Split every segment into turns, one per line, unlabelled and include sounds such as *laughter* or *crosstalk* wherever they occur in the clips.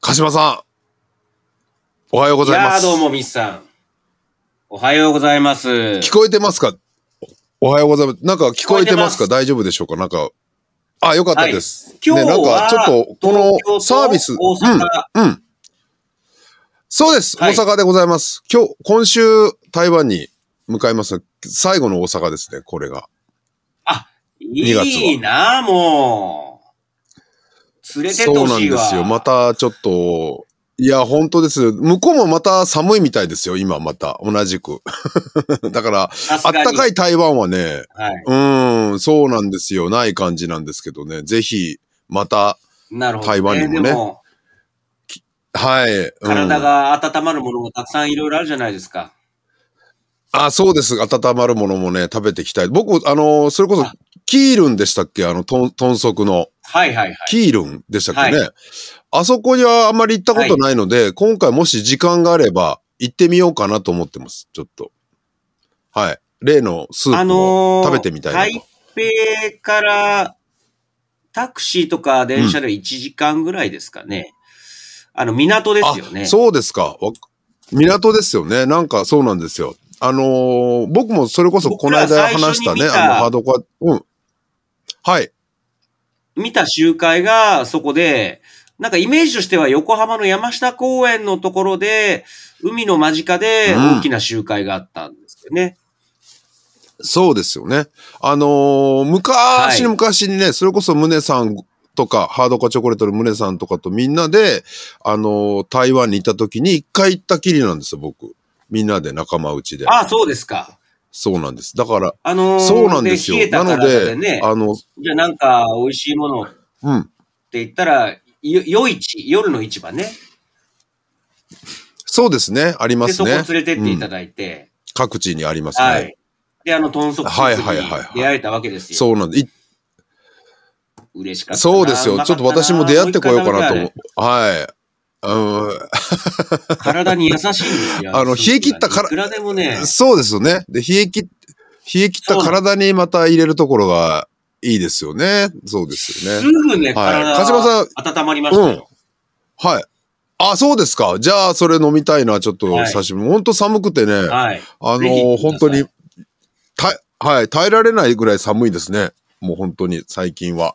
鹿島さん。おはようご
い
ざいま
やー
す。
どうも、ミスさん。おはようございます。
聞こえてますかおおはようございます。なんか聞こえてますか
聞こえてます
大丈夫でしょうかなんか。あ、よかったです。
はい今日は
ね、なんかちょっと、こ
東京
の
と
サービス。
大阪
うん。うん。そうです。
はい
大阪でございます。今日、今週、台湾に向かいます。最後の大阪ですね、これが。2月はい
いなあ、もう。連れてって
そう
ほ
なん
しい
で
わ。
すよ。またちょっと、いや、本当です。向こうもまた寒いみたいですよ、今また。同じく。 *laughs* だから、
さ
あ
す
っ
がに
たかい台湾はね、
はい。
うーん、そうなんですよ。ない感じなんですけどね。ぜひ、また、
なるほど、
台湾にもね
でも、
はい。うん
体が温まるものもたくさんいろいろあるじゃないですか。
あ、そうです。温まるものもね、食べていきたい。僕、あの、それこそ
あ、
キールンでしたっけあの、豚豚足の。
はいはいはい。
キールンでしたっけね。
は
あそこにはあんまり行ったことないので、今回もし時間があれば、行ってみようかなと思ってます。ちょっと。はい。例のスー
あ
プを
のー、
食べてみたいなと。
台北からタクシーとか電車で1時間ぐらいですかね。あの、港ですよね。
あそうですか。わ港ですよね。なんかそうなんですよ。あのー僕もそれこそこの
僕
間
ら最初に
話したね、
見た
あの、ハードコア、うん。はい。
見た集会がそこで、なんかイメージとしては横浜の山下公園のところで、海の間近で
うん
大きな集会があったんですよね。
そうですよね。あのー昔に昔にね、それこそムネさんとか、ハードコアチョコレートのムネさんとかとみんなで、あのー台湾に行った時に一回行ったきりなんですよ、僕。みんなで仲間内で。
ああ、そうですか。
そうなんです。だから、
あのー
そうなんですよ。
冷え
な
た
の
体
で
で、ね、
あの、
じゃあなんか美味しいものって
うん。
言ったら、よ夜市、夜の市場ね。
そうですね。ありま
で、
す
そこ
ね。
連れてっていただいて、
各地にありますね。
はい。で、あの、豚足スープ
はいはいはいはい
に出会えたわけですよ。
そうなんで、い
嬉しかったな。
そうですよ。
ま
ちょ
か
ったと
な
私も出会ってこようかなと
も
思。
う一回食べた
は
いう
い。うん
あれ体に優しいんですよ。
*laughs* あの
スープが
冷え切ったから
いくらで
*laughs*
もね、
そうですよね。で、冷え切っ、冷え切った体にまた入れるところがいいですよね。そうですよ
す
ね。
ぐ
は
ね、
い。
体
鹿島さん、
温まりましたよ。
はい。あ、そうですか。じゃあ、それ飲みたいな、ちょっと
はい
久しぶり。本当寒くてね、あ
はい。
の
ぜひ行
ー、
ってく
本
ださい
当に、た、はい、耐えられないぐらい寒いですね。もう本当に、最近は。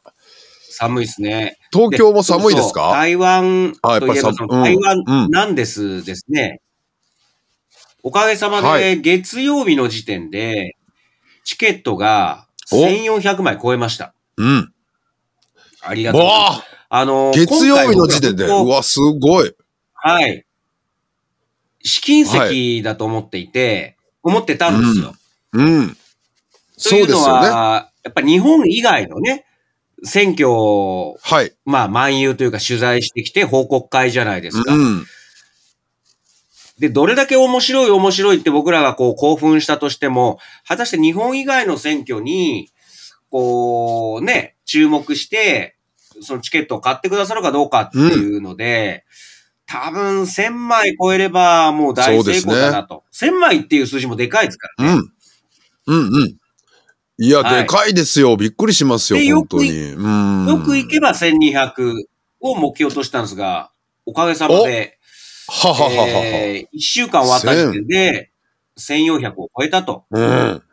寒いですね。
東京も寒いです
そうそう
か
台湾
あやっ
と
ぱ
い
り
えば
寒
そ
うん
の、台
うん
湾なんですですね。おかげさま
は
で、月曜日の時点で、チケットが
お
1400枚超えました。
うん。
ありがとうございます。
わあ
あの、
月曜日の時点で。
今回僕は
うわ、すごい。
はい。試金石だと思っていて、思ってたんですよ。
うん。
と
そ
いうう
です
の
よね。
は、やっぱ日本以外のね、選挙を、
はい。
まあ、漫遊というか取材してきて報告会じゃないですか。
うん。
で、どれだけ面白い面白いって僕らがこう興奮したとしても、果たして日本以外の選挙に、こうね、注目して、そのチケットを買ってくださるかどうかっていうので、多分1000枚超えればもう大成功だなと。1000枚っていう数字もでかいですから。
うん。うんうん。いや、
はい
でかいですよ。びっくりしますよ、
で
本当に。
よく
うん。
よく行けば1200を目標としたんですが、おかげさまで、
ははははは。
え1週間終わった時点で1400を超えたと。
うん。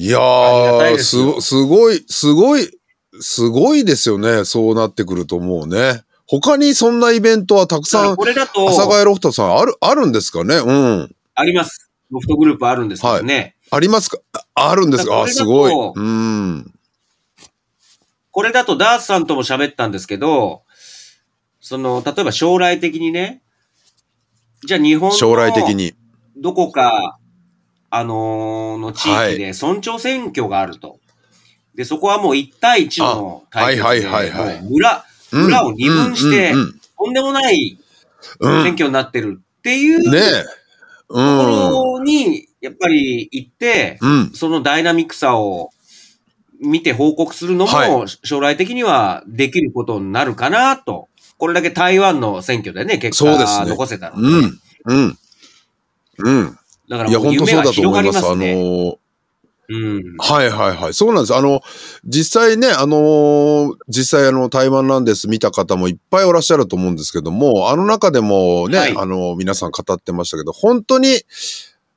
いや
ありがたい
ー
ですすよ
ご、すごい、すごい、すごいですよね。そうなってくるともうね。他にそんなイベントはたくさん、
これだと
阿、佐ヶ谷ロフトさんある、あるんですかねうん。
あります。ロフトグループあるんですけどね。
ありますかああるんですかあ、
だ
す
から
ご
これ
い。
だと
うん。
これだとダースさんとも喋ったんですけど、その、例えば将来的にね、じゃあ日本
将来的
の
に。
どこか、あのーの地域で村長選挙があると。で、そこはもう1対1の対決で、
はいはいはいはい
もう村、
うん
裏を二分して
うんうん
とんでもない
うん
選挙になってるっていう
うんね
と
え。う
ころに、やっぱり行って、
ん。うん。
そのダイナミックさを見て報告するの
は
も将来的にはできることになるかなと。これだけ台湾の選挙でね、結
そうです
果
ね
残せたので。
うん。うん。うん。
だから
いや、
もう
本当
夢
そう
が
だと
広
思
が
い
り
ま。
ますす
あの
ね。
ー
うん。
はいはいはい。そうなんです。あの、実際ね、あのー実際あの、台湾なんです見た方もいっぱいおらっしゃると思うんですけども、あの中でもね、
はい
あのー皆さん語ってましたけど、本当に、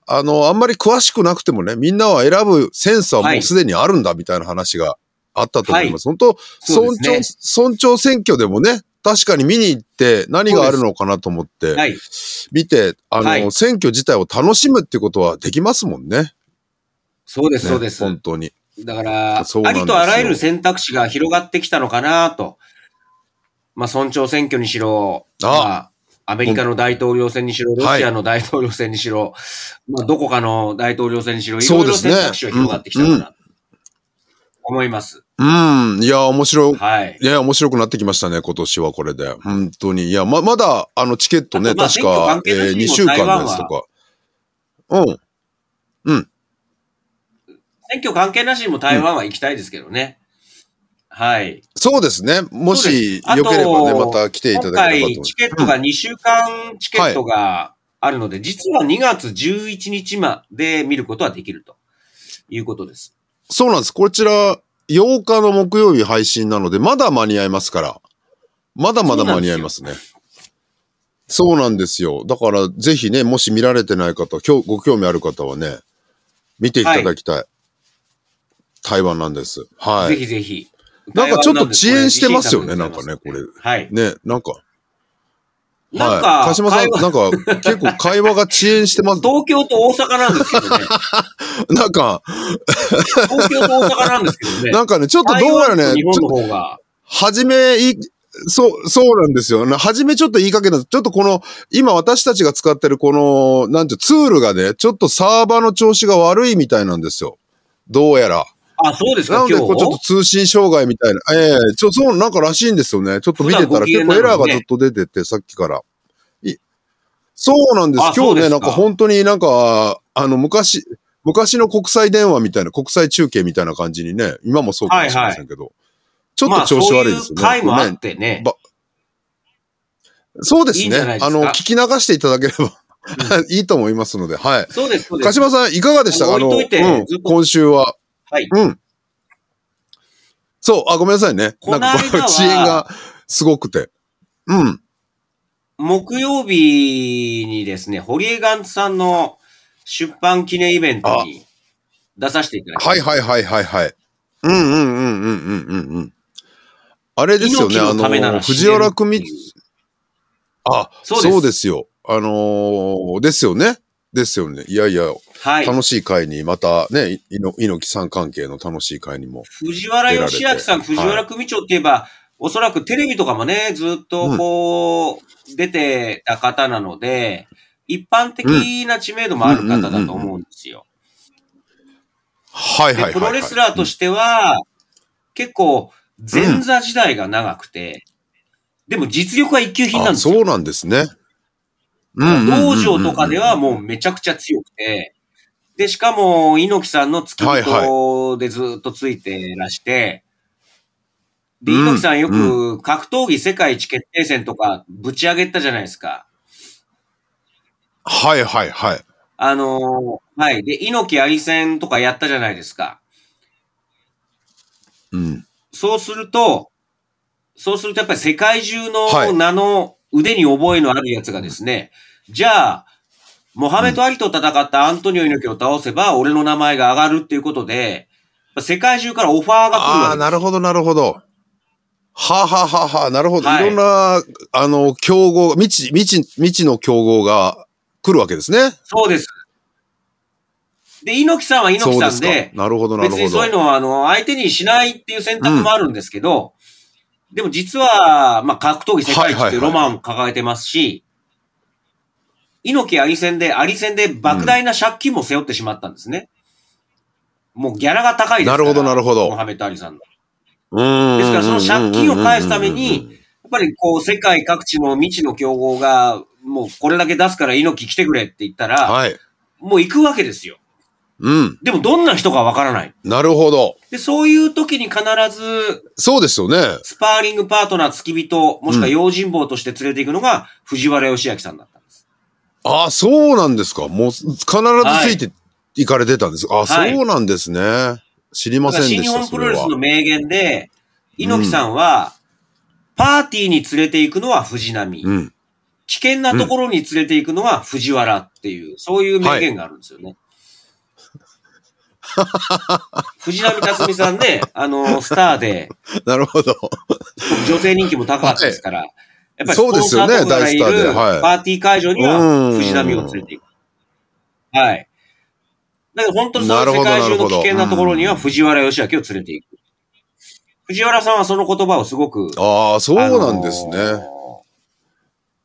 あのーあんまり詳しくなくてもね、みんなは選ぶセンスはもうすでにあるんだみたいな話があったと思います。本当、
そう
村
です
長、
ね。
村長選挙でもね、確かに見に行って何があるのかなと思って、
はい。
見て、あのー、
はい
選挙自体を楽しむってことはできますもんね。
そうです、そうです。
ね本当に。
だから、あ
そうなんです
り
よ
とあらゆる選択肢が広がってきたのかなと。まあ、村長選挙にしろ、
あ
まあ、アメリカの大統領選にしろ、ロ
はい
シアの大統領選にしろ、まあ、どこかの大統領選にしろ、いろ
そ
いうろ
ですね
選択肢が広がってきたかなと思います。
うん。いや、面白い。
はい。
いや、面白くなってきましたね、今年はこれで。本当に。いや、ま、まだ、あの、チケット
あ
ね、
とまあ
確
選挙
か
関、
え
係なしにも
2週間のやつとか。うん。
選挙関係なしにも台湾は行きたいですけどね。はい。
そうですね。も
そう
し
で、すあと
よければね、また来ていた
今
だければと
回、
思い
チケットが2週間チケットがあるので、実は2月11日まで見ることはできるということです。
ます。そうなんです。こちら、8日の木曜日配信なので、まだ間に合いますから。まだまだ間に合いますね。そうなんですよ。だから、ぜひね、もし見られてない方、今日ご興味ある方はね、見ていただきたい。台湾なんです。はい。
ぜひぜひ。
なんかちょっと
台湾で
遅延してますよね
これ自信作でございますはい。
ね、なんか、
なん
はい、
か、
鹿島さん、
台湾
なんか、結構会話が遅延してます。
東京と大阪なんですけどね。
なんか、
東京と大阪なんですけどね。
なんかね、ちょっとどうやら
台湾と
ね、
日
ちょ
本
っと、
の方が。
初め、い、そう、そうなんですよ。な初めちょっと言いかけた。ちょっとこの、今私たちが使ってるこの、なんていうツールがね、ちょっとサーバーの調子が悪いみたいなんですよ。どうやら。
あ、そうです
な
か
の、で、
今
こうちょっと
日。
通信障害みたいな。ええちょ、そう、なんからしいんですよね。ちょっと見て
普段
た
ご
ら
機嫌
結構
なの
エ
に
ラ
ね
ーがずっと出てて、さっきから。いそうなんです
あ。
今
そ
日
うで
ね、
す
な
か
んか本当になんか、あの、昔、昔の国際電話みたいな、国際中継みたいな感じにね、今もそうかもしれませんけど、ちょっと調子悪いですよね。
まあ、そういう回もあっ
ね
てね。
ばそうです
いいん
ね
じゃないですか
あの、聞き流していただければ *laughs* いいと思いますので、はい。
そうです、そうで
鹿
す。
島さん、いかがでしたか
あの置いといて
うん
ずっと
今週は。
はい
うん。そう、あ、ごめんなさいね。
この間
な
は
んかこう遅延がすごくて。うん。
木曜日にですね、堀江ガンツさんの出版記念イベントに出させていただきま
はいはいはいはいはい。うんうんうんうんうんうんうん。あれですよね、あ
猪木のためなら
の、藤原組
死ねるって
あ、
そうです
そうですよ。あのーですよね。ですよね。いやいや、
はい。
楽しい会に、またね、いの猪木さん関係の楽しい会にも。
藤原義明さ
出られ
ん、
て
藤原組長って言えば、おそらくテレビとかもね、ずっとこう、出てた方なので、一般的な知名度もある方だと思うんですよ。
はいはいはい、は
で、
い。
プロレスラーとしては、結構、前座時代が長くて、でも実力は一級品なんですよ
あそうなんですね。う
道場とかではも
う
うめちゃくちゃ強くて、で、しかも、猪木さんの付き
はい
人でずっとついてらして、で、
うん
猪木さんよく格闘技世界一決定戦とかぶち上げたじゃないですか。
はいはいはい。
あのーはい。で、猪木あり戦とかやったじゃないですか。
うん。
そうすると、そうするとやっぱり世界中
はい
の名の腕に覚えのあるやつがですね、じゃあ、モハメド・アリと戦ったアントニオ猪木を倒せば、俺の名前が上がるっていうことで、世界中からオファーが
あ
来る
あ、
わけです
なるほどなるほど。はあ、はあはあはあ、なるほど。
はい
い、ろんな、あの、競合、未知、未知、未知の競合が来るわけですね。
そうです。で、猪木さんは猪
そう
木
で
さん
す
で、
か。なるほどなる
別
ほど。
にそういうのは、あの、相手にしないっていう選択もあるんですけど、でも実は、まあ、格闘技世界一っていうロマンを抱えてますし、猪木アリ戦で、アリ戦で莫大な借金も背負ってしまったんですね。もうギャラが高いですから。
なるほどなるほど
モハメッアリさんの。
うん
ですからその借金を返すために、やっぱりこう、世界各地の未知の競合が、もうこれだけ出すから猪木来てくれって言ったら、
はい。
もう行くわけですよ。
うん。
でもどんな人かわからない。
なるほど。
で、そういう時に必ず、
そうですよね。
スパーリングパートナー、付き人、もしくは用心棒として連れていくのが藤原義明さんだったんです。
ああ、そうなんですか。もう、必ずついて行かれてたんです。あ、
はい
そうなんですね。知りませんで
新
し
日
た、
本
そ
プロ
れ
レス
は。
の名言で、猪木さんは、パーティーに連れて行くのは藤波、
うん。
危険なところに連れて行くのは藤原っていう、そういう名言があるんですよね。藤波辰巳さんね、あの、スターで、
なるほど。
女性人気も高かったですから、やっぱり
そうですよね
スポンサーとかがいる
大スターではい
パーティー会場には藤波を連れていく。はい。だから本当にそ
なるほ
の世
ど
界中
なる
の
ほ
危
ど
険なところには
うん
藤原義明を連れていく。藤原さんはその言葉をすごく、
ああ、そうなんですね。
あのー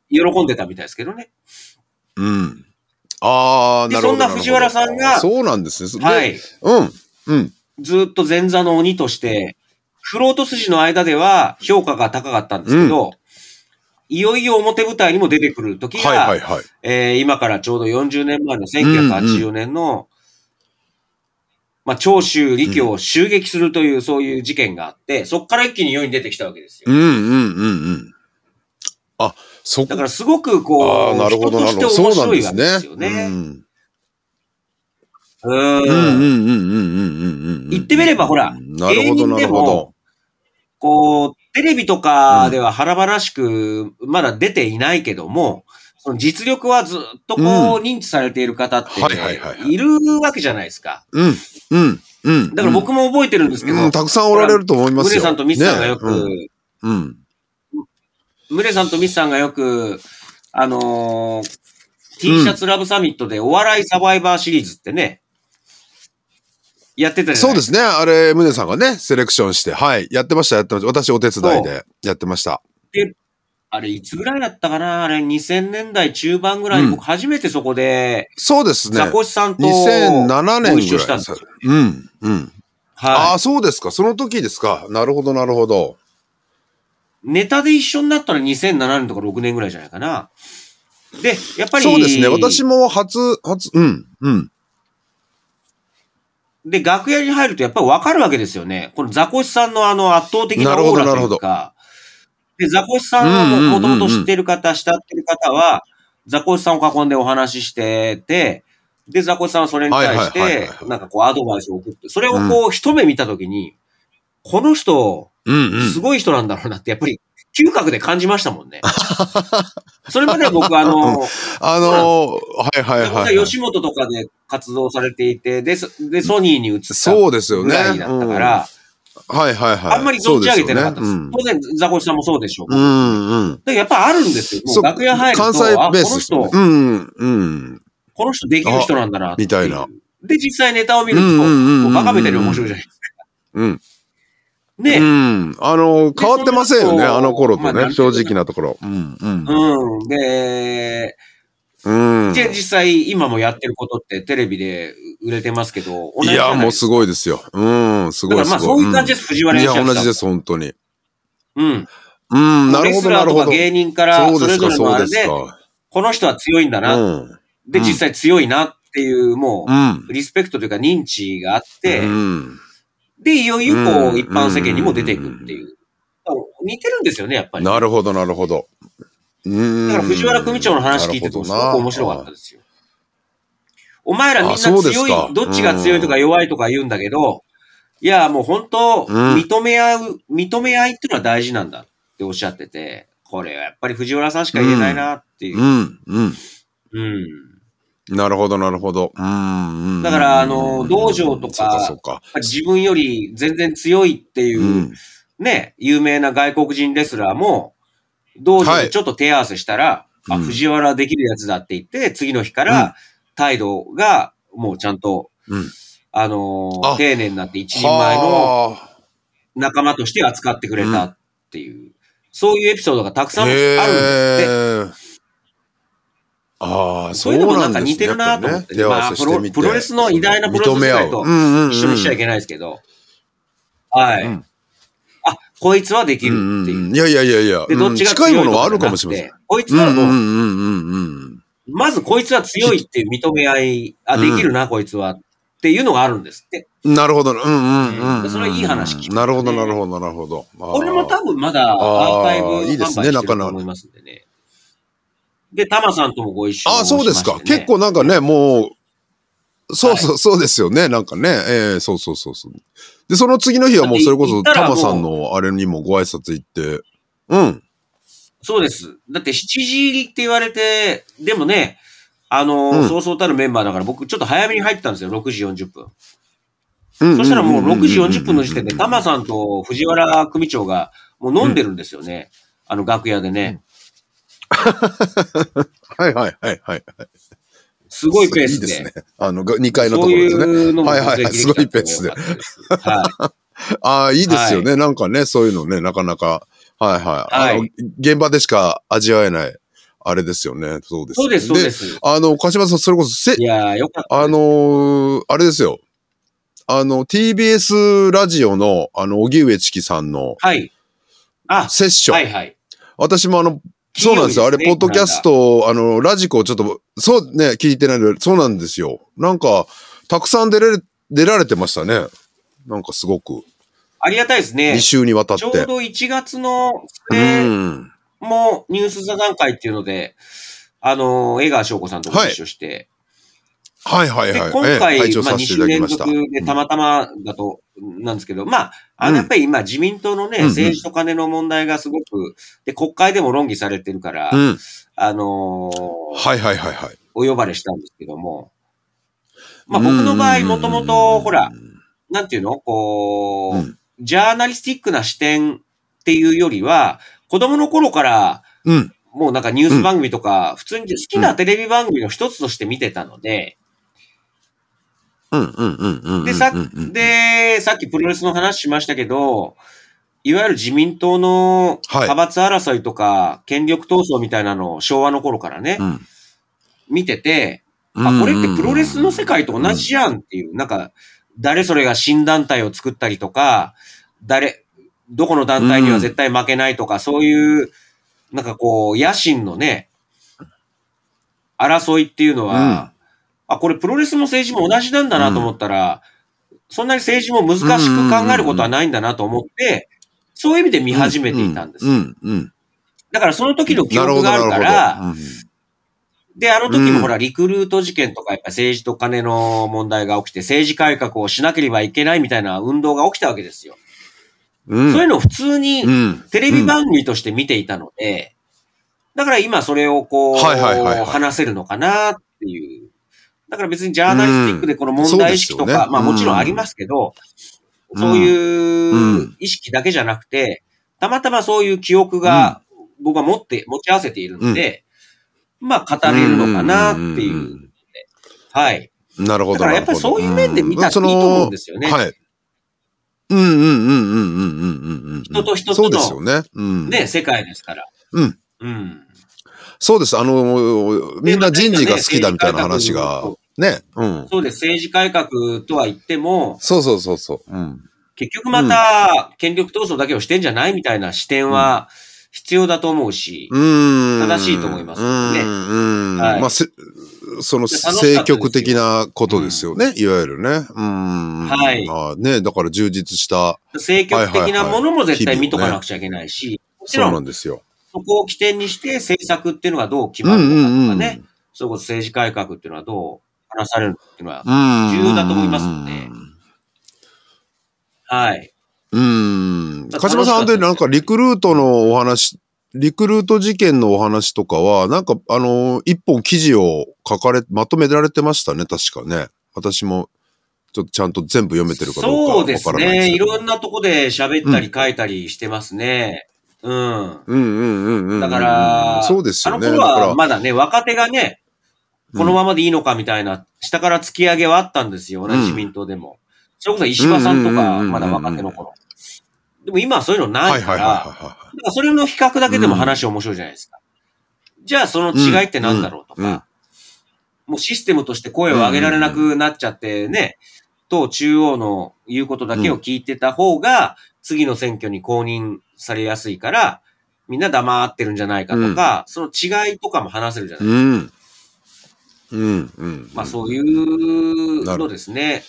喜んでたみたいですけどね。
うん。ああ、
で
なるほど。
そんな藤原さんが
なるほどそうなんですね。そ
は。
で
い。
うん。うん。
ずっと前座の鬼として、フロート筋の間では評価が高かったんですけど、いよいよ表舞台にも出てくる時が、
はいはいはい。
えー今からちょうど40年前
う
の
ん
1984年の、まあ、長州力を襲撃するという、そういう事件があって、そこから一気に世に出てきたわけですよ。
うんうんうんうん。あ、そこ
だからすごく
あ
こ
あ、
う、
なるほど、な
人と
る
し
ほ
て
ど。
面
そうなん
白
で
いわ
すね
けですよ。
う
ね。
ん
う
うんうんうん
ん。
うんうんうんうんうん。
言ってみればほら
なるほど、なるほど。
こう、テレビとかでは腹ばらしく、まだ出ていないけども、その実力はずっとこう、認知されている方って、
はいはいはいはい
いるわけじゃないですか。
うん、うん、うん。
だから僕も覚えてるんですけど、
うん、たくさんおられると思います
ムネ
よ。
さんとミスさんがよく、
ねうん。うん
ムネさんとミスさんがよく、あのー T シャツラブサミットでお笑いサバイバーシリーズってね、やってたじゃ
そ
な
う
い
です
か。
すね。あれ、ムネさんがね、セレクションして、はい、やってました、やってました。私、お手伝いでやってました。
あれ、いつぐらいだったかなあれ、2000年代中盤ぐらいに、
うん
僕初めてそこで、
そうですね
ザ。コシさんと
2007年
ご
ぐ
一緒し
ら
たん
い
で。すよ。
うん、うん。あ
は
あ、そうですか。その時ですか。なるほど、なるほど。
い。ネタで一緒になったら2007年とか6年ぐらいじゃないかな。で、やっぱり、
そうですね。私も初、初、うん、うん。
で、楽屋に入るとやっぱりわかるわけですよね。このザコシさんのあの圧倒的な
なる
オ
ほ
ー
ど
ラと
なる
い
ほ
う
ど
か、で、ザコシさんをもともと知ってる方、慕ってる方は、ザコシさんを囲んでお話ししてて、で、ザコシさんはそれに対
は
し
いはいはい
て
はいは、い
なんかこうアドバイスを送って、それをこう一目見たときに、この人、
うん、うん。
すごい人なんだろうなって、やっぱり嗅覚で感じましたも
*laughs*
んね。それまで僕、あの、
あのー、はいはいはいはい。
吉本とかで活動されていて、で、そでソニーに移った
そうですよ
ぐ
ね。
らいだったか
うん
ら、
はいはいはい。
あんまり存じ上げてなかったんです。
そう
当然、ザコシさんもそうでしょう。
すよねうん、うん、うん。
だからやっぱあるんですよ。も
そう
う楽屋入ると、
関西
あ
ベー
こ
ス
の
ですよね
人、
うん、うん。
この人できる人なんだなってう
みたいな。
で、実際ネタを見
う
ると、
ん、うんうん
も
う。
うんバカみたいに面白いじゃないですか。
うん。う
で、
ん。あの、変わってませんよ
そ
ね、
の後
あの頃と
まあ
ね、正直なところ。うん、うん。
うん。で、
うん。
で、実際今もやってることってテレビで売れてますけど、同
い
じじゃな
や、もう
です
すごいですよ。うん、す
か
ご
だか
い
ら
す
ま
ご
あそういう感じ
で
です、藤原
い
義
や、
明さん。
同じです、本当に。
うん。
うん、なる
レ
ほ
ス
ど、
ラ
な
ー
る
と
ほ
か
ど。
芸人から
そ
そう
で
れ
す
ぞ
か、
れの
そ
あ
うで
れ
す
で、
か。
この人は強いんだ
う
な、
ん。
で、
うん
実際強いなっていう、も
う
う、
ん。
リスペクトというか認知があって、
うん。
で、いよいよこ
う
う、
ん
一般世間にも出ていくっていう。似てるんですよね、やっぱり。
なるほど、なるほど。うん。
だから藤原組長の話聞いててもすごく面白かったですよ。お前らみんな
あそうです
強
か
い、どっちが強いとか弱いとか言うんだけど、いや、もう本当、
うん
認め合う、認め合いっていうのは大事なんだっておっしゃってて、これはやっぱり藤原さんしか言えないなっていう。
うん、うん。
うん。
なるほど、なるほど。うん。うん
だからあの道場とか
そうか、そうか。
自分より全然強いっていうう、
ん。
ね、有名な外国人レスラーも、道場でちょっと手合わせしたら、
はい
あ、
うん
藤原できるやつだって言って、次の日から態度がもうちゃんと、
うん
あのー
あ
丁寧になって一人前の
はあ
仲間として扱ってくれたっていう、そういうエピソードがたくさんあるん
へ
ですって。
ーああ、
そ
そうう
いうのも
な
なん
ん
か
ですね。
似てるなと思っ
やぱり
て
ね手合わせしてみて
まあプロプロレスの偉大なプロレス世界と
認め合ううんうんうん
一緒にしちゃいけないですけど。はい。
うん
あ、こいつはできる
うん
っていう。
うんうんいやいやいやいや、
で、どっちが
うん近い
強
も
いと
の
か
はあ
じゃなく
る
て
かもしれません。
こいつ
うん
はもう、
うんうんうんうん
まずこいつは強いっていう認め合い、あ、できるな、こいつは。っていうのがあるんですって。
うん。なるほど。うんうんうん、
でそれいい話聞いたね
なるほど、なるほど、なるほど。あー
これも多分まだアー
あ
カイ
ー
ブ
いいです
販
ね
売してる
なかな
と
か
思いますんでね。で、タマさんともご一緒しま
あー、
してね
そうですか。結構なんかね、もう、そうそう、そうですよね。なんかね。ええそうそうそうそう。で、その次の日はもうそれこそ、
だって
タ
行ったらも
マ
う
さんのあれにもご挨拶行って。うん。
そうです。だって7時入りって言われて、でもね、あのー
うん
そうそうたるメンバーだから僕ちょっと早めに入ったんですよ、6時40分。
うん
そしたらもう6時40分の時点で、
タ
タ
マ
マさんと藤原組長がもう飲んでるんですよね。あの楽屋でね。
はいはいはいはい。
すごいペース
いいで
で。
すね。あの、2階のと
そ
ころ
う
で
い
すね。
うのも
はいはいはい
突撃きたのも良かったです。はい。
ああ、いいですよね、なんかね、そういうのね、なかなか。はいはい。あの
は
現場でしか味わえない、あれですよね。そうです
そ
よ
うです、そうです。
あの、鹿島さん、それこそ、せ
い、やー、よかった。
あの、ーあれですよ。あの、TBS ラジオの、あの、荻上チキさんの
はい。あ、
セッション。
はいはい。
私もあの、そうなんですよ。あれ、ポッドキャス
ト。
ト、あの、ラジコちょっと、そうね、聞いてないので、そうなんですよ。なんか、たくさん出られ、出られてましたね。なんかすごく。
ありがたいですね
2。週にわたっ
ちょう
て。
ど1月の
う
末
ん。
もニュース座談会っていうので、あのー、江川翔子さんとご一緒して、
はいはい
で
はい。
今回、
ええ拝聴
まあ、
さ
2
せてい
週
ただき
連
ました。
続でたまたまだと、なんですけど、まあ、あ
うん
の、やっぱり今、自民党のね、
うんうん
政治と金の問題がすごく、で、国会でも論議されてるから、
うん。うん
あのー
はいはいはいはい。
お呼ばれしたんですけども、まあ、僕の場合、もともと、ほら
う、ん、
なんていうのこう、
うん
ジャーナリスティックな視点っていうよりは、子供の頃から、
うん。
もうなんかニュース番組とか、普通に好きなテレビ番組の一つとして見てたので、
うん。うん。うん。うん。
で、さ
うんうんうん、
で、さっきプロレスの話しましたけど、いわゆる自民党の
はい
派閥争いとか、権力闘争みたいなのを昭和の頃からね
う、ん、
見てて、
うん
あ、これってプロレスの世界と同じやんっていう、なんか、誰それが新団体を作ったりとか、誰、どこの団体には絶対負けないとか、そういう、なんかこう、野心のね、争いっていうのは、あ、これプロレスも政治も同じなんだなと思ったら、そんなに政治も難しく考えることはないんだなと思って、そういう意味で見始めていたんです
う。ん。うん。
だからその時の記
なる
憶
ほど、
があ
なる
る
ほど。
から、
うん
で、あの時
うん
もほら、リクルート事件とか、やっぱ政治と金の問題が起きて、政治改革をしなければいけないみたいな運動が起きたわけですよ。
うん。
そういうのを普通に
うん。
テレビ番組として見ていたので、だから今それをこう、
はいはいはいはい
話せるのかなっていう。だから別にジャーナリスティックでこの問題意識と
うんそうですよ
か、
ね
まあ
うん
もちろんありますけど、
うん
そう
う
いうん意識だけじゃなくて、たまたまそういう記憶が僕は持って、持ち合わせているので、まあ語れるのかなっていう。
んん
はい。
うんなるほど。
だからやっぱりそういう面で見たらいいと思うんですよね。
なるほどはい。うんうんうんうんうんうんうんうんうん。
人と人と
そ
の
うですよね。うん。
ね、世界ですから。
うん。
うん。
そうです。あの、みんな人事が好きだみたいな話が、ね。うん。
そうです。政治改革とは言っても、
そうそうそうそう。うん。
結局また権力闘争だけをしてんじゃないみたいな視点は必要だと思うし、
うん。
正しいと思いま
う
すけどね
ん。うん。
はい
まあ、せその
楽しかったですよ
政局的なことですよね。いわゆるね。うん。
はい
まあね、だから充実した、
政局的なものも絶
はいはい
対
はい
見とかなくちゃいけないし、もち
そう
ろ
なんんですよ。
そこを起点にして政策っていうのがどう決
う
ま
ん
る
う
のか
ん
と
う
か
ん。
ね、それこそ政治改革っていうのはどう話されるのかっていうのは、
重
要だと思いますよね。はい。
うん。
だ
鹿島さん、あの時なんかリクルートのお話、リクルート事件のお話とかは、なんか、あの、一本記事を書かれ、まとめられてましたね、確かね。私も、ちょっとちゃんと全部読めてるかどうか
そう
わ
です
からない
ね。い
けど。
ろんなとこで喋ったり書いたりしてますね。うん。
うんうんうんうん。
だから、
そうですよね。
あの
だ
頃
か
は
ら、
まだね、若手がね、この
うん
ままでいいのかみたいな、下から突き上げはあったんですよ、同じ自民党でも。それこそ石破さんと
うんうんうんうん
か、
うん
まだ若手の頃。でも今はそういうのな
はいいはい
か
はい
ら、
は
だからそれの比較だけでも話面白いじゃないですか。じゃあその違いってなんだろうとか、
うんうん。
もうシステムとして声を上げられなくなっちゃってね、党中央の言うことだけを聞いてた方が、次の選挙に公認されやすいから、みんな黙ってるんじゃないかとか、その違いとかも話せるじゃないい、
うん。うんうん。
まあそういう
なる
のですね。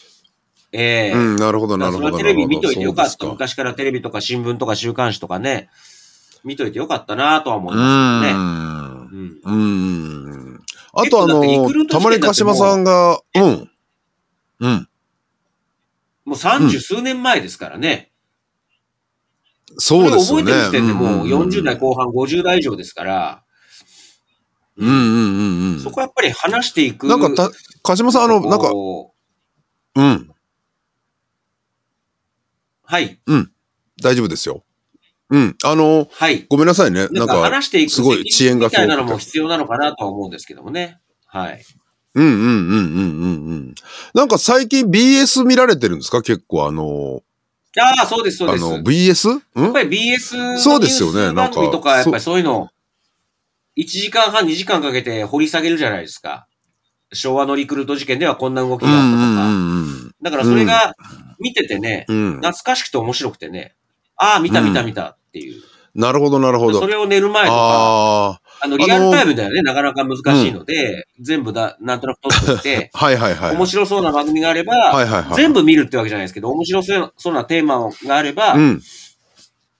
ええ
うん、なるほど、なる
だ
ほ
から
ど。
それはテレビ見といてよかっ
そ
た。
うです
昔からテレビとか新聞とか週刊誌とかね、見といてよかったなとは思いますけどね。
うん。
うん
うーん。あ
結
とあ
構だってリクルー
の、
ト
たまに鹿島さんが、うん。うん。
もう三十数年前ですからね。
そうですよね。
れを覚えてる時点でもう40代
ん
後半、50代以上ですから、
うんうんうんうん。
そこはやっぱり話していく。
なんかた、鹿島さん、あの、なんか、
こ
うん、
うはい、
大丈夫ですよ。うん。あの、
はい。
ごめんなさいね。
な
なんん
か
か、
話していく
すごい遅延が
みたいなのも必要なのかなとは思うんですけどもね。はい。
うんうんうんうんうんうん。なんか最近 BS 見られてるんですか結構あの、
ああ、そうです、そう
あ
です。
の、
や
BS?
っ
ん
ぱり BS のニ
そう
ュー
ですよね
ス番組と
なん
か、
か
やっぱりそういうの、1時間半、2時間かけて掘り下げるじゃないですか。昭和のリクルート事件ではこんな動き
う
が
んう
あったとか。
んうん
だからそれが見ててね、
うん。うん。
懐かしくて面白くてね、ああ、見た見た見たっていう。
なるほどなるほ
そ
ど。
れを寝る前とか、
あ、
あの、リアルタイムではね、なかなか難しいので、全部だ、なんとなく撮っておいて
あ、はいはい *laughs* はい。
面白そうな番組があれば、
はいはいはい。
全部見るってわけじゃないですけど、面白そうそうなテーマがあれば、
うん。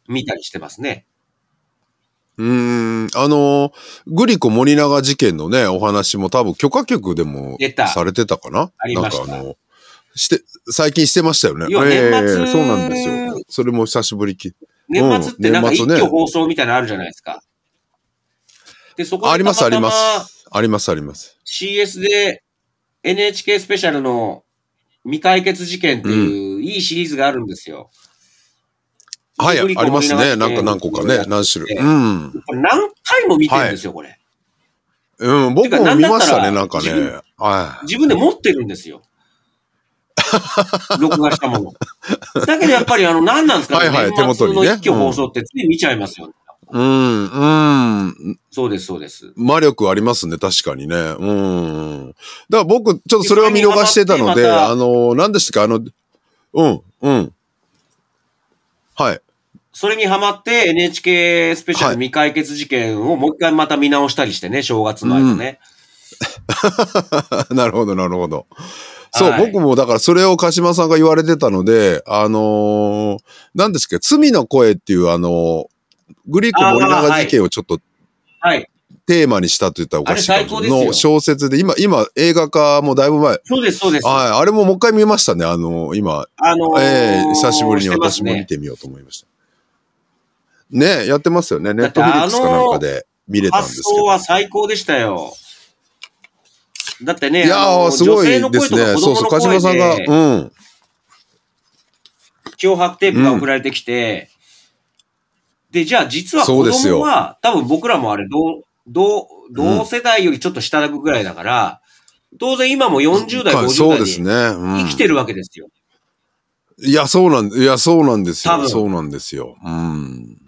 見たりしてますね。
うーん、あの、グリコ森永事件のね、お話も多分許可局でも
出た
されてたかな
ありました
なんかあの、して、最近してましたよね。
要は年末
ええそうなんですよ。それも久しぶりき。
年末って
うん
なんか
年
一
末ね
挙放送みたいなのあるじゃないですか。で、そこで
ありますあ
た
りま。
またます
ありますあります。
CS で NHK スペシャルの未解決事件っていういいシリーズがあるんですよ。
はい、あ
グリコ
りますね。
森永事件
なんか何個かね、何種類。
ええ
うん。
これ何回も見てるんですよ、これ。
うん、僕
てか
も見ました
な
ね、
んだ
な
っ
ん
た
からね。は
自分で持ってるんですよ。録画したも
*laughs*
の。だけどやっぱりあの何なんですかね。
はいはい
年
手
末
元にね
の一挙放送ってつい見ちゃいますよね。
い。うん、うん。
そうです、そうです。
魔力ありますね、確かにね。うん。だから僕、ちょっとそれを見逃してたの
それに
で、
ハマって
あの、何でしたか、あの、うん、うん。はい。 *laughs*
それにハマって NHK スペシャル未解決事件をもう一回また見直したりしてね、正月の間ね。
なるほど、なるほど。そう、
はい
僕もだからそれを鹿島さんが言われてたので、あのー、何ですか、罪の声っていう、あのーグリコ森
あーは
永
い
事件をちょっと
はい。
テーマにしたと言ったらおかしいかもしれ
あれ
な
最高です
い。
よ
の小説で、今、今、映画化もだいぶ前。はい、
そうです、そうです。
あれももう一回見ましたね、あのー今、
あのー
ええ久しぶりに
してます
私も見
ね。
てみようと思いました。ねやってますよね。ネ
だ
ッ
って
ト
あ
フ
の
リックスかなんかで見れたんです
発
け
想は
ど。
最高でしたよ。だってね、
いや
あの
ー、すごいですね。
女
そう
性
そう、
の声とか
鹿
子供の
島さんが、
声で
うん。
脅迫テープが送られてきて、で、じゃあ実は
そう
子
ですよ
供は、多分僕らもあれ、同、同、同世代よりちょっと下ぐらいだから、当然今も40代、
はいそうで
50
す
代
ね。うん
に生きてるわけですよ。
いや、そうなん、いや、そうなんです
多
よ。
分
そうなんですよ。うん。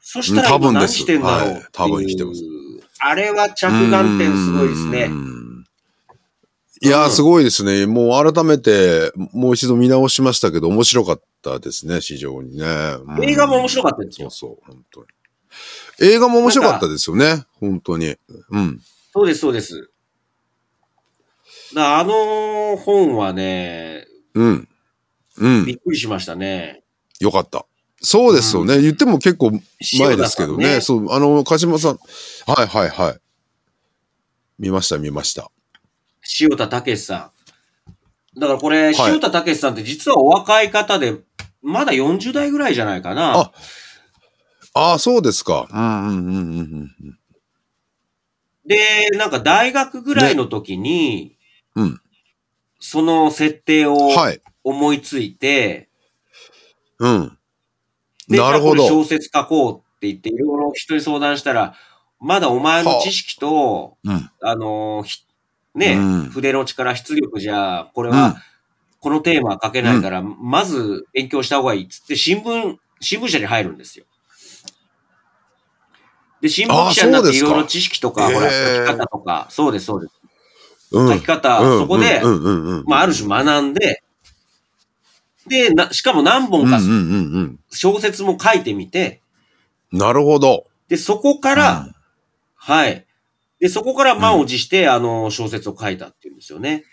そしたら
多分
今何
です
してんだろうっていう、
はい多分生きてます
あれは着眼点すごいですね
う。ん。いや、すごいですね。もう改めて、もう一度見直しましたけど、面白かったですね、非常にね。うん
映画も面白かったです
そ
よ
う。そう、本当に。映画も面白かったですよね、本当に。うん。
そうです、そうです。だからあの本はね、
うん。う
び
ん。
っくりしましたね。
よかった。そうですよね。言っても結構前ですけどね。
塩田さん
そう、あの、鹿島さん。はいはいはい。見ました、見ました。
塩田武さん。だからこれ、
はい
塩田武さんって実はお若い方で、まだ40代ぐらいじゃないか
あ
な。
ああ、そうですか。うんうんうんうんうんうん。
で、なんか大学ぐらいの時
ね
に、
うん
その設定を
はい。
思いついて、
うん。
で
なるほ
じゃ
ど。
あこれ小説書こうって言って、いろいろ人に相談したら、まだお前の知識と、
うん。
あのーひね、
うん
筆の力、出力じゃ、これ
うん
は、このテーマは書けないから、まず勉強した方がいいっつって、新聞、新聞社に入るんですよ。で、新聞記者になっ
あそうで
てい
すか
ろいろ知識とか、
へー
ほら、書き方とか、そうです、そうです。
うん。
書き方、
うん
そこで、
うんうんうんうん。
まあ、ある種学んで、で、な、しかも何
う
本
んう
か
んうんうん。
小説も書いてみて、
なるほど。
で、そこから、
うん
はい。で、そこから満を持して、あの、小説を書いたっていうんですよね。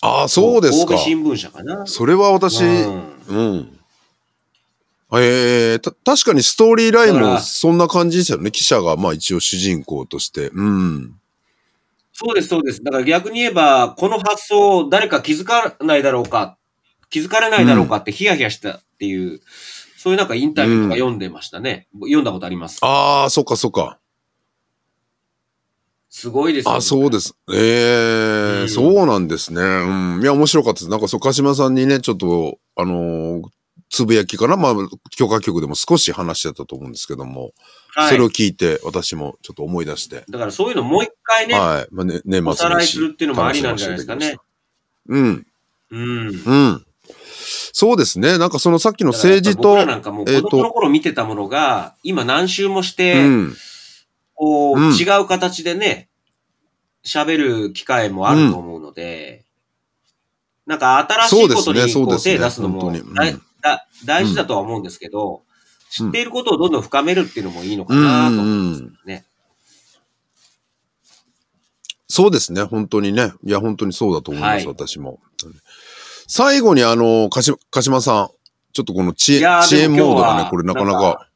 ああ、そうですか
神。戸新聞社かな。
それは私、
うん
うん。ええた、確かにストーリーライン
だか
も
ら
そんな感じですよね。記者が、まあ一応主人公として。うん。
そうです、そうです。だから逆に言えば、この発想、誰か気づかないだろうか、気づかれないだろうかってヒヤヒヤしたっていう、そういうなんかインタビューとか読んでましたね。読んだことあります。
ああ、そっかそっか。
すごいですよね
あ、そうです。ええ
うん
そうなんですね。うん。いや、面白かったです。なんか、そう、鹿島さんにね、ちょっと、あのーつぶやきかなまあ、許可局でも少し話してたと思うんですけども、
はい
それを聞いて、私もちょっと思い出して、
だからそういうのもう一回ね、
はい。まあ、ね、年末
おさらい
年
す
始
るっていうのもありなんじゃないですかね。
うん、
うん。
うん。そうですね。なんか、そのさっきの政治
だから
と
僕ら、なんかもう子供の頃見てたものが、今何周もし
う
て、
ん、
こう、
うん
違う形でね、喋る機会もあると思うので、なんか新しいことに
そう
こ
で
う
すね
手出すのも
そうですね本当
だ
に
い
うん
だ大事だとは思うんですけど、
うん
知っていることをどんどん深めるっていうのもいいのか
うん、
な
うん、
と。
うん。
ね。
そうですね、本当にね。いや、本当にそうだと思います、
はい
私も。最後に、あの、鹿島鹿島さん、ちょっとこの知恵
いや、ー
知恵
でも
モー
今日は
ドがね、これなかな
なん
か、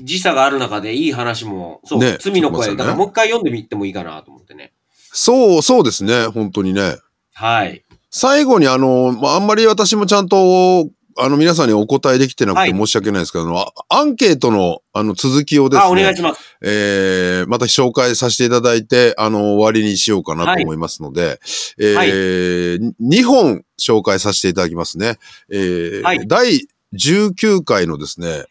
時差がある中でいい話も、そう、
ね
罪の
そうです
声、
よね
だからもう一回読んでみてもいいかなと思ってね。
そう、そうですね、本当にね。
はい。
最後に、あの、まあ、あんまり私もちゃんと、あの、皆さんにお答えできてなく
は
て
い
申し訳ないですけど、あアンケートの、あの、続きをですね、
あ、お願いします。
えー、また紹介させていただいて、あの、終わりにしようかなと思いますので、えー2本紹介させていただきますね。えー
はい
第19回のですね、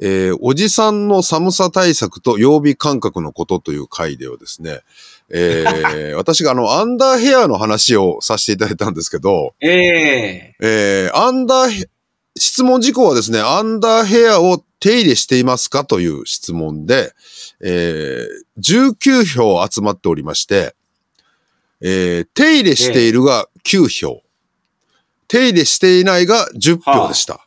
えーおじさんの寒さ対策と曜日感覚のことという回ではですね、えー
*laughs*
私があの、アンダーヘアの話をさせていただいたんですけど、
ええ
えーアンダーヘ、質問事項はですね、アンダーヘアを手入れしていますかという質問で、えー19票集まっておりまして、えー手入れしているが9票、手入れしていないが10票でした。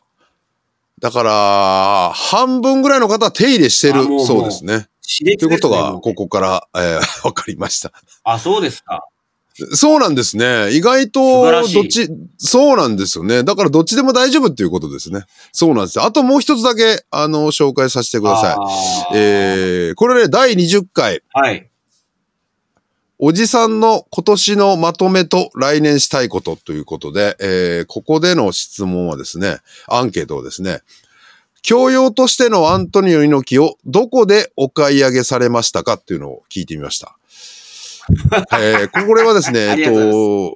だから、半分ぐらいの方は手入れして
あ
る
もう
そうですね。
熾烈
ということ
ですね
が
も、う
ここから、えーわかりました。
あ、そうですか。
そうなんですね。意外
素晴
と、
らしい
どっち、そうなんですよね。だからどっちでも大丈夫っていうことですね。そうなんです。あともう一つだけ、あの、紹介させてください。
え
えー、これね、第20回、
はい。
おじさんの今年のまとめと来年したいことということで、えーここでの質問はですね、アンケートをですね、教養としてのアントニオ猪木をどこでお買い上げされましたかっていうのを聞いてみま
*laughs*
した。えーこれはですね、
あり
え
がとう
っ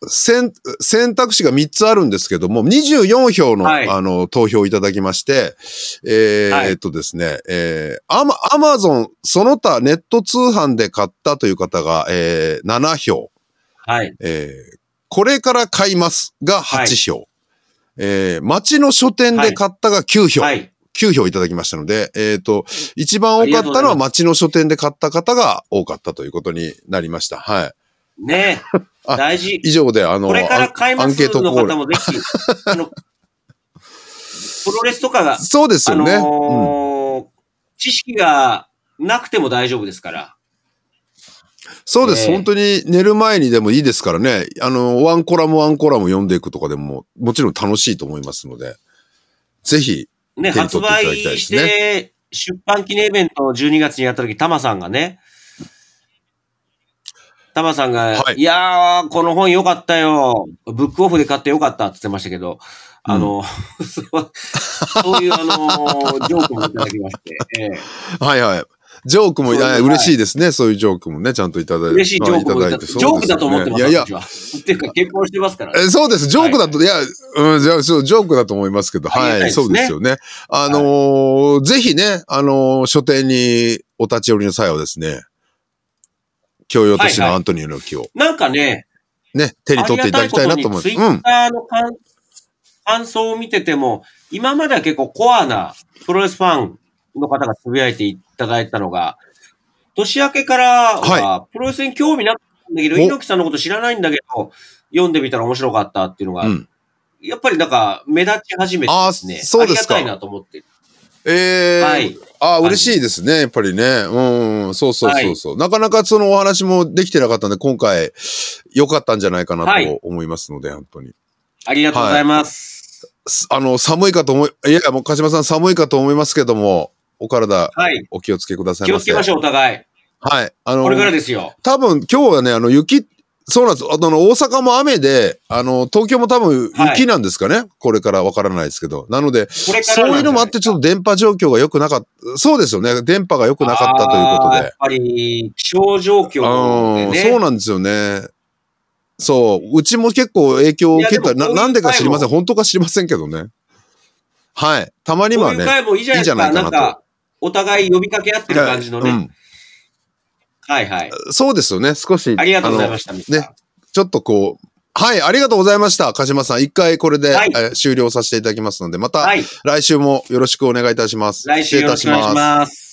と、選選択肢が3つあるんですけども、24票の,、
はい
あの投票をいただきまして、えー
はい
えっとですね、えー、アマ、アマゾン、その他ネット通販で買ったという方が、えー、7票、
はい。
えー、これから買いますが8票、えー、町の書店で買ったが9票、
はい。
9票いただきましたので、えっ、と、一番多かったのは町の書店で買った方が多かったということになりました。はい。
ねえ
*laughs* あ
大事。
以上で、あの、
これから買い
アンア
ま
ンケ
す
ート
の
コール
方。もぜ
*laughs*
ひ、あの、プロレスとかが、
そうです
あ
よ
の
ね。うん、
ー知識がなくても大丈夫ですから。
そうです、
ええ
本当に寝る前にでもいいですからね。あの、ワンコラムワンコラム読んでいくとかでも、もちろん楽しいと思いますので、ぜひ、
ね、
手に取
発
っていただきたい
売
で
し
すね
て、出版記念イベントを12月にやった時、タマさんがね、タマさんが、
はい
い、やー、この本良かったよ。ブックオフで買って良かったって言ってましたけど、あの、 *laughs* そうそういう、あの
*laughs*
ージョークもいただきまして、ええ
はいはい。ジョークも、
そう
あ
はい
嬉しいですね。そういうジョークもね、ちゃんといただいて。
嬉しいジョークもいただい
て
て、ジョークだと思ってます、
そうですねいやいや
私、は。っていうか、結婚してますから、
えそうです。ジョークだと、い、や、うん、じゃあ、そう、ジョークだと思いますけど、
あ
は
りが
い、
たいですね
そうですよね。あのーぜひね、あのー書店にお立ち寄りの際はですね、教養都市の
はいはい
アントニオ猪木を
なんかね、
ね、手に取っていただきたいなと思います。
あり
う
がたいこと
ん。
にツイッターの感,、感想を見てても、今までは結構コアなプロレスファンの方がつぶやいていただいたのが、年明けからは、プロレスに興味なかったんだけど、
お
猪木さんのこと知らないんだけど、読んでみたら面白かったっていうのが、
うん。
やっぱりなんか目立ち始めてですね
あ。そうですか
ありがたいなと思って。
えー、
はい
あー嬉しいですね、やっぱりね。うんうん、そうそうそうそう、なかなかそのお話もできてなかったんで、今回、良かったんじゃないかな
はい
と思いますので、本当に。
ありがとうございます。
すあの、寒いかと思い、いやいや、もう鹿島さん寒いかと思いますけども、お体
はい。
お気をつけください
気
ま
を
せ。
つけましょう、お互い。
はい。あの
これからですよ。
多分今日はね、あの雪、そうなんです。あの、大阪も雨で、あの、東京も多分雪なんですかね。これからわからないですけど。なので、
これから
そういうのもあってちょっと電波状況が良くなかった。そうですよね。電波が良くなかったということ
あーや
で
っ。ぱり、気象状況で
うん、
ね。
そうなんですよね。そう。うちも結構影響を受けた。
いやでも
な
こういう
なんでか知りません。
回
本当か知りませんけどね。はい。たまに
こ
は
ういう
ね。
回もいいじゃないですか。
いいじゃ
な
ないかなんと
か、お互い呼びかけ合ってる感じのね。
うん。
はいはい。
そうですよね。少し。
ありがとうござ
あ
い
の
ました、ミスター
ねちょっとこう。はい。ありがとうございました。鹿島さん。一回これで、
はい
えー終了させていただきますので、また
はい。
来週もよろしくお願いいたします。
来週よろしくお願いし
失礼た
ます。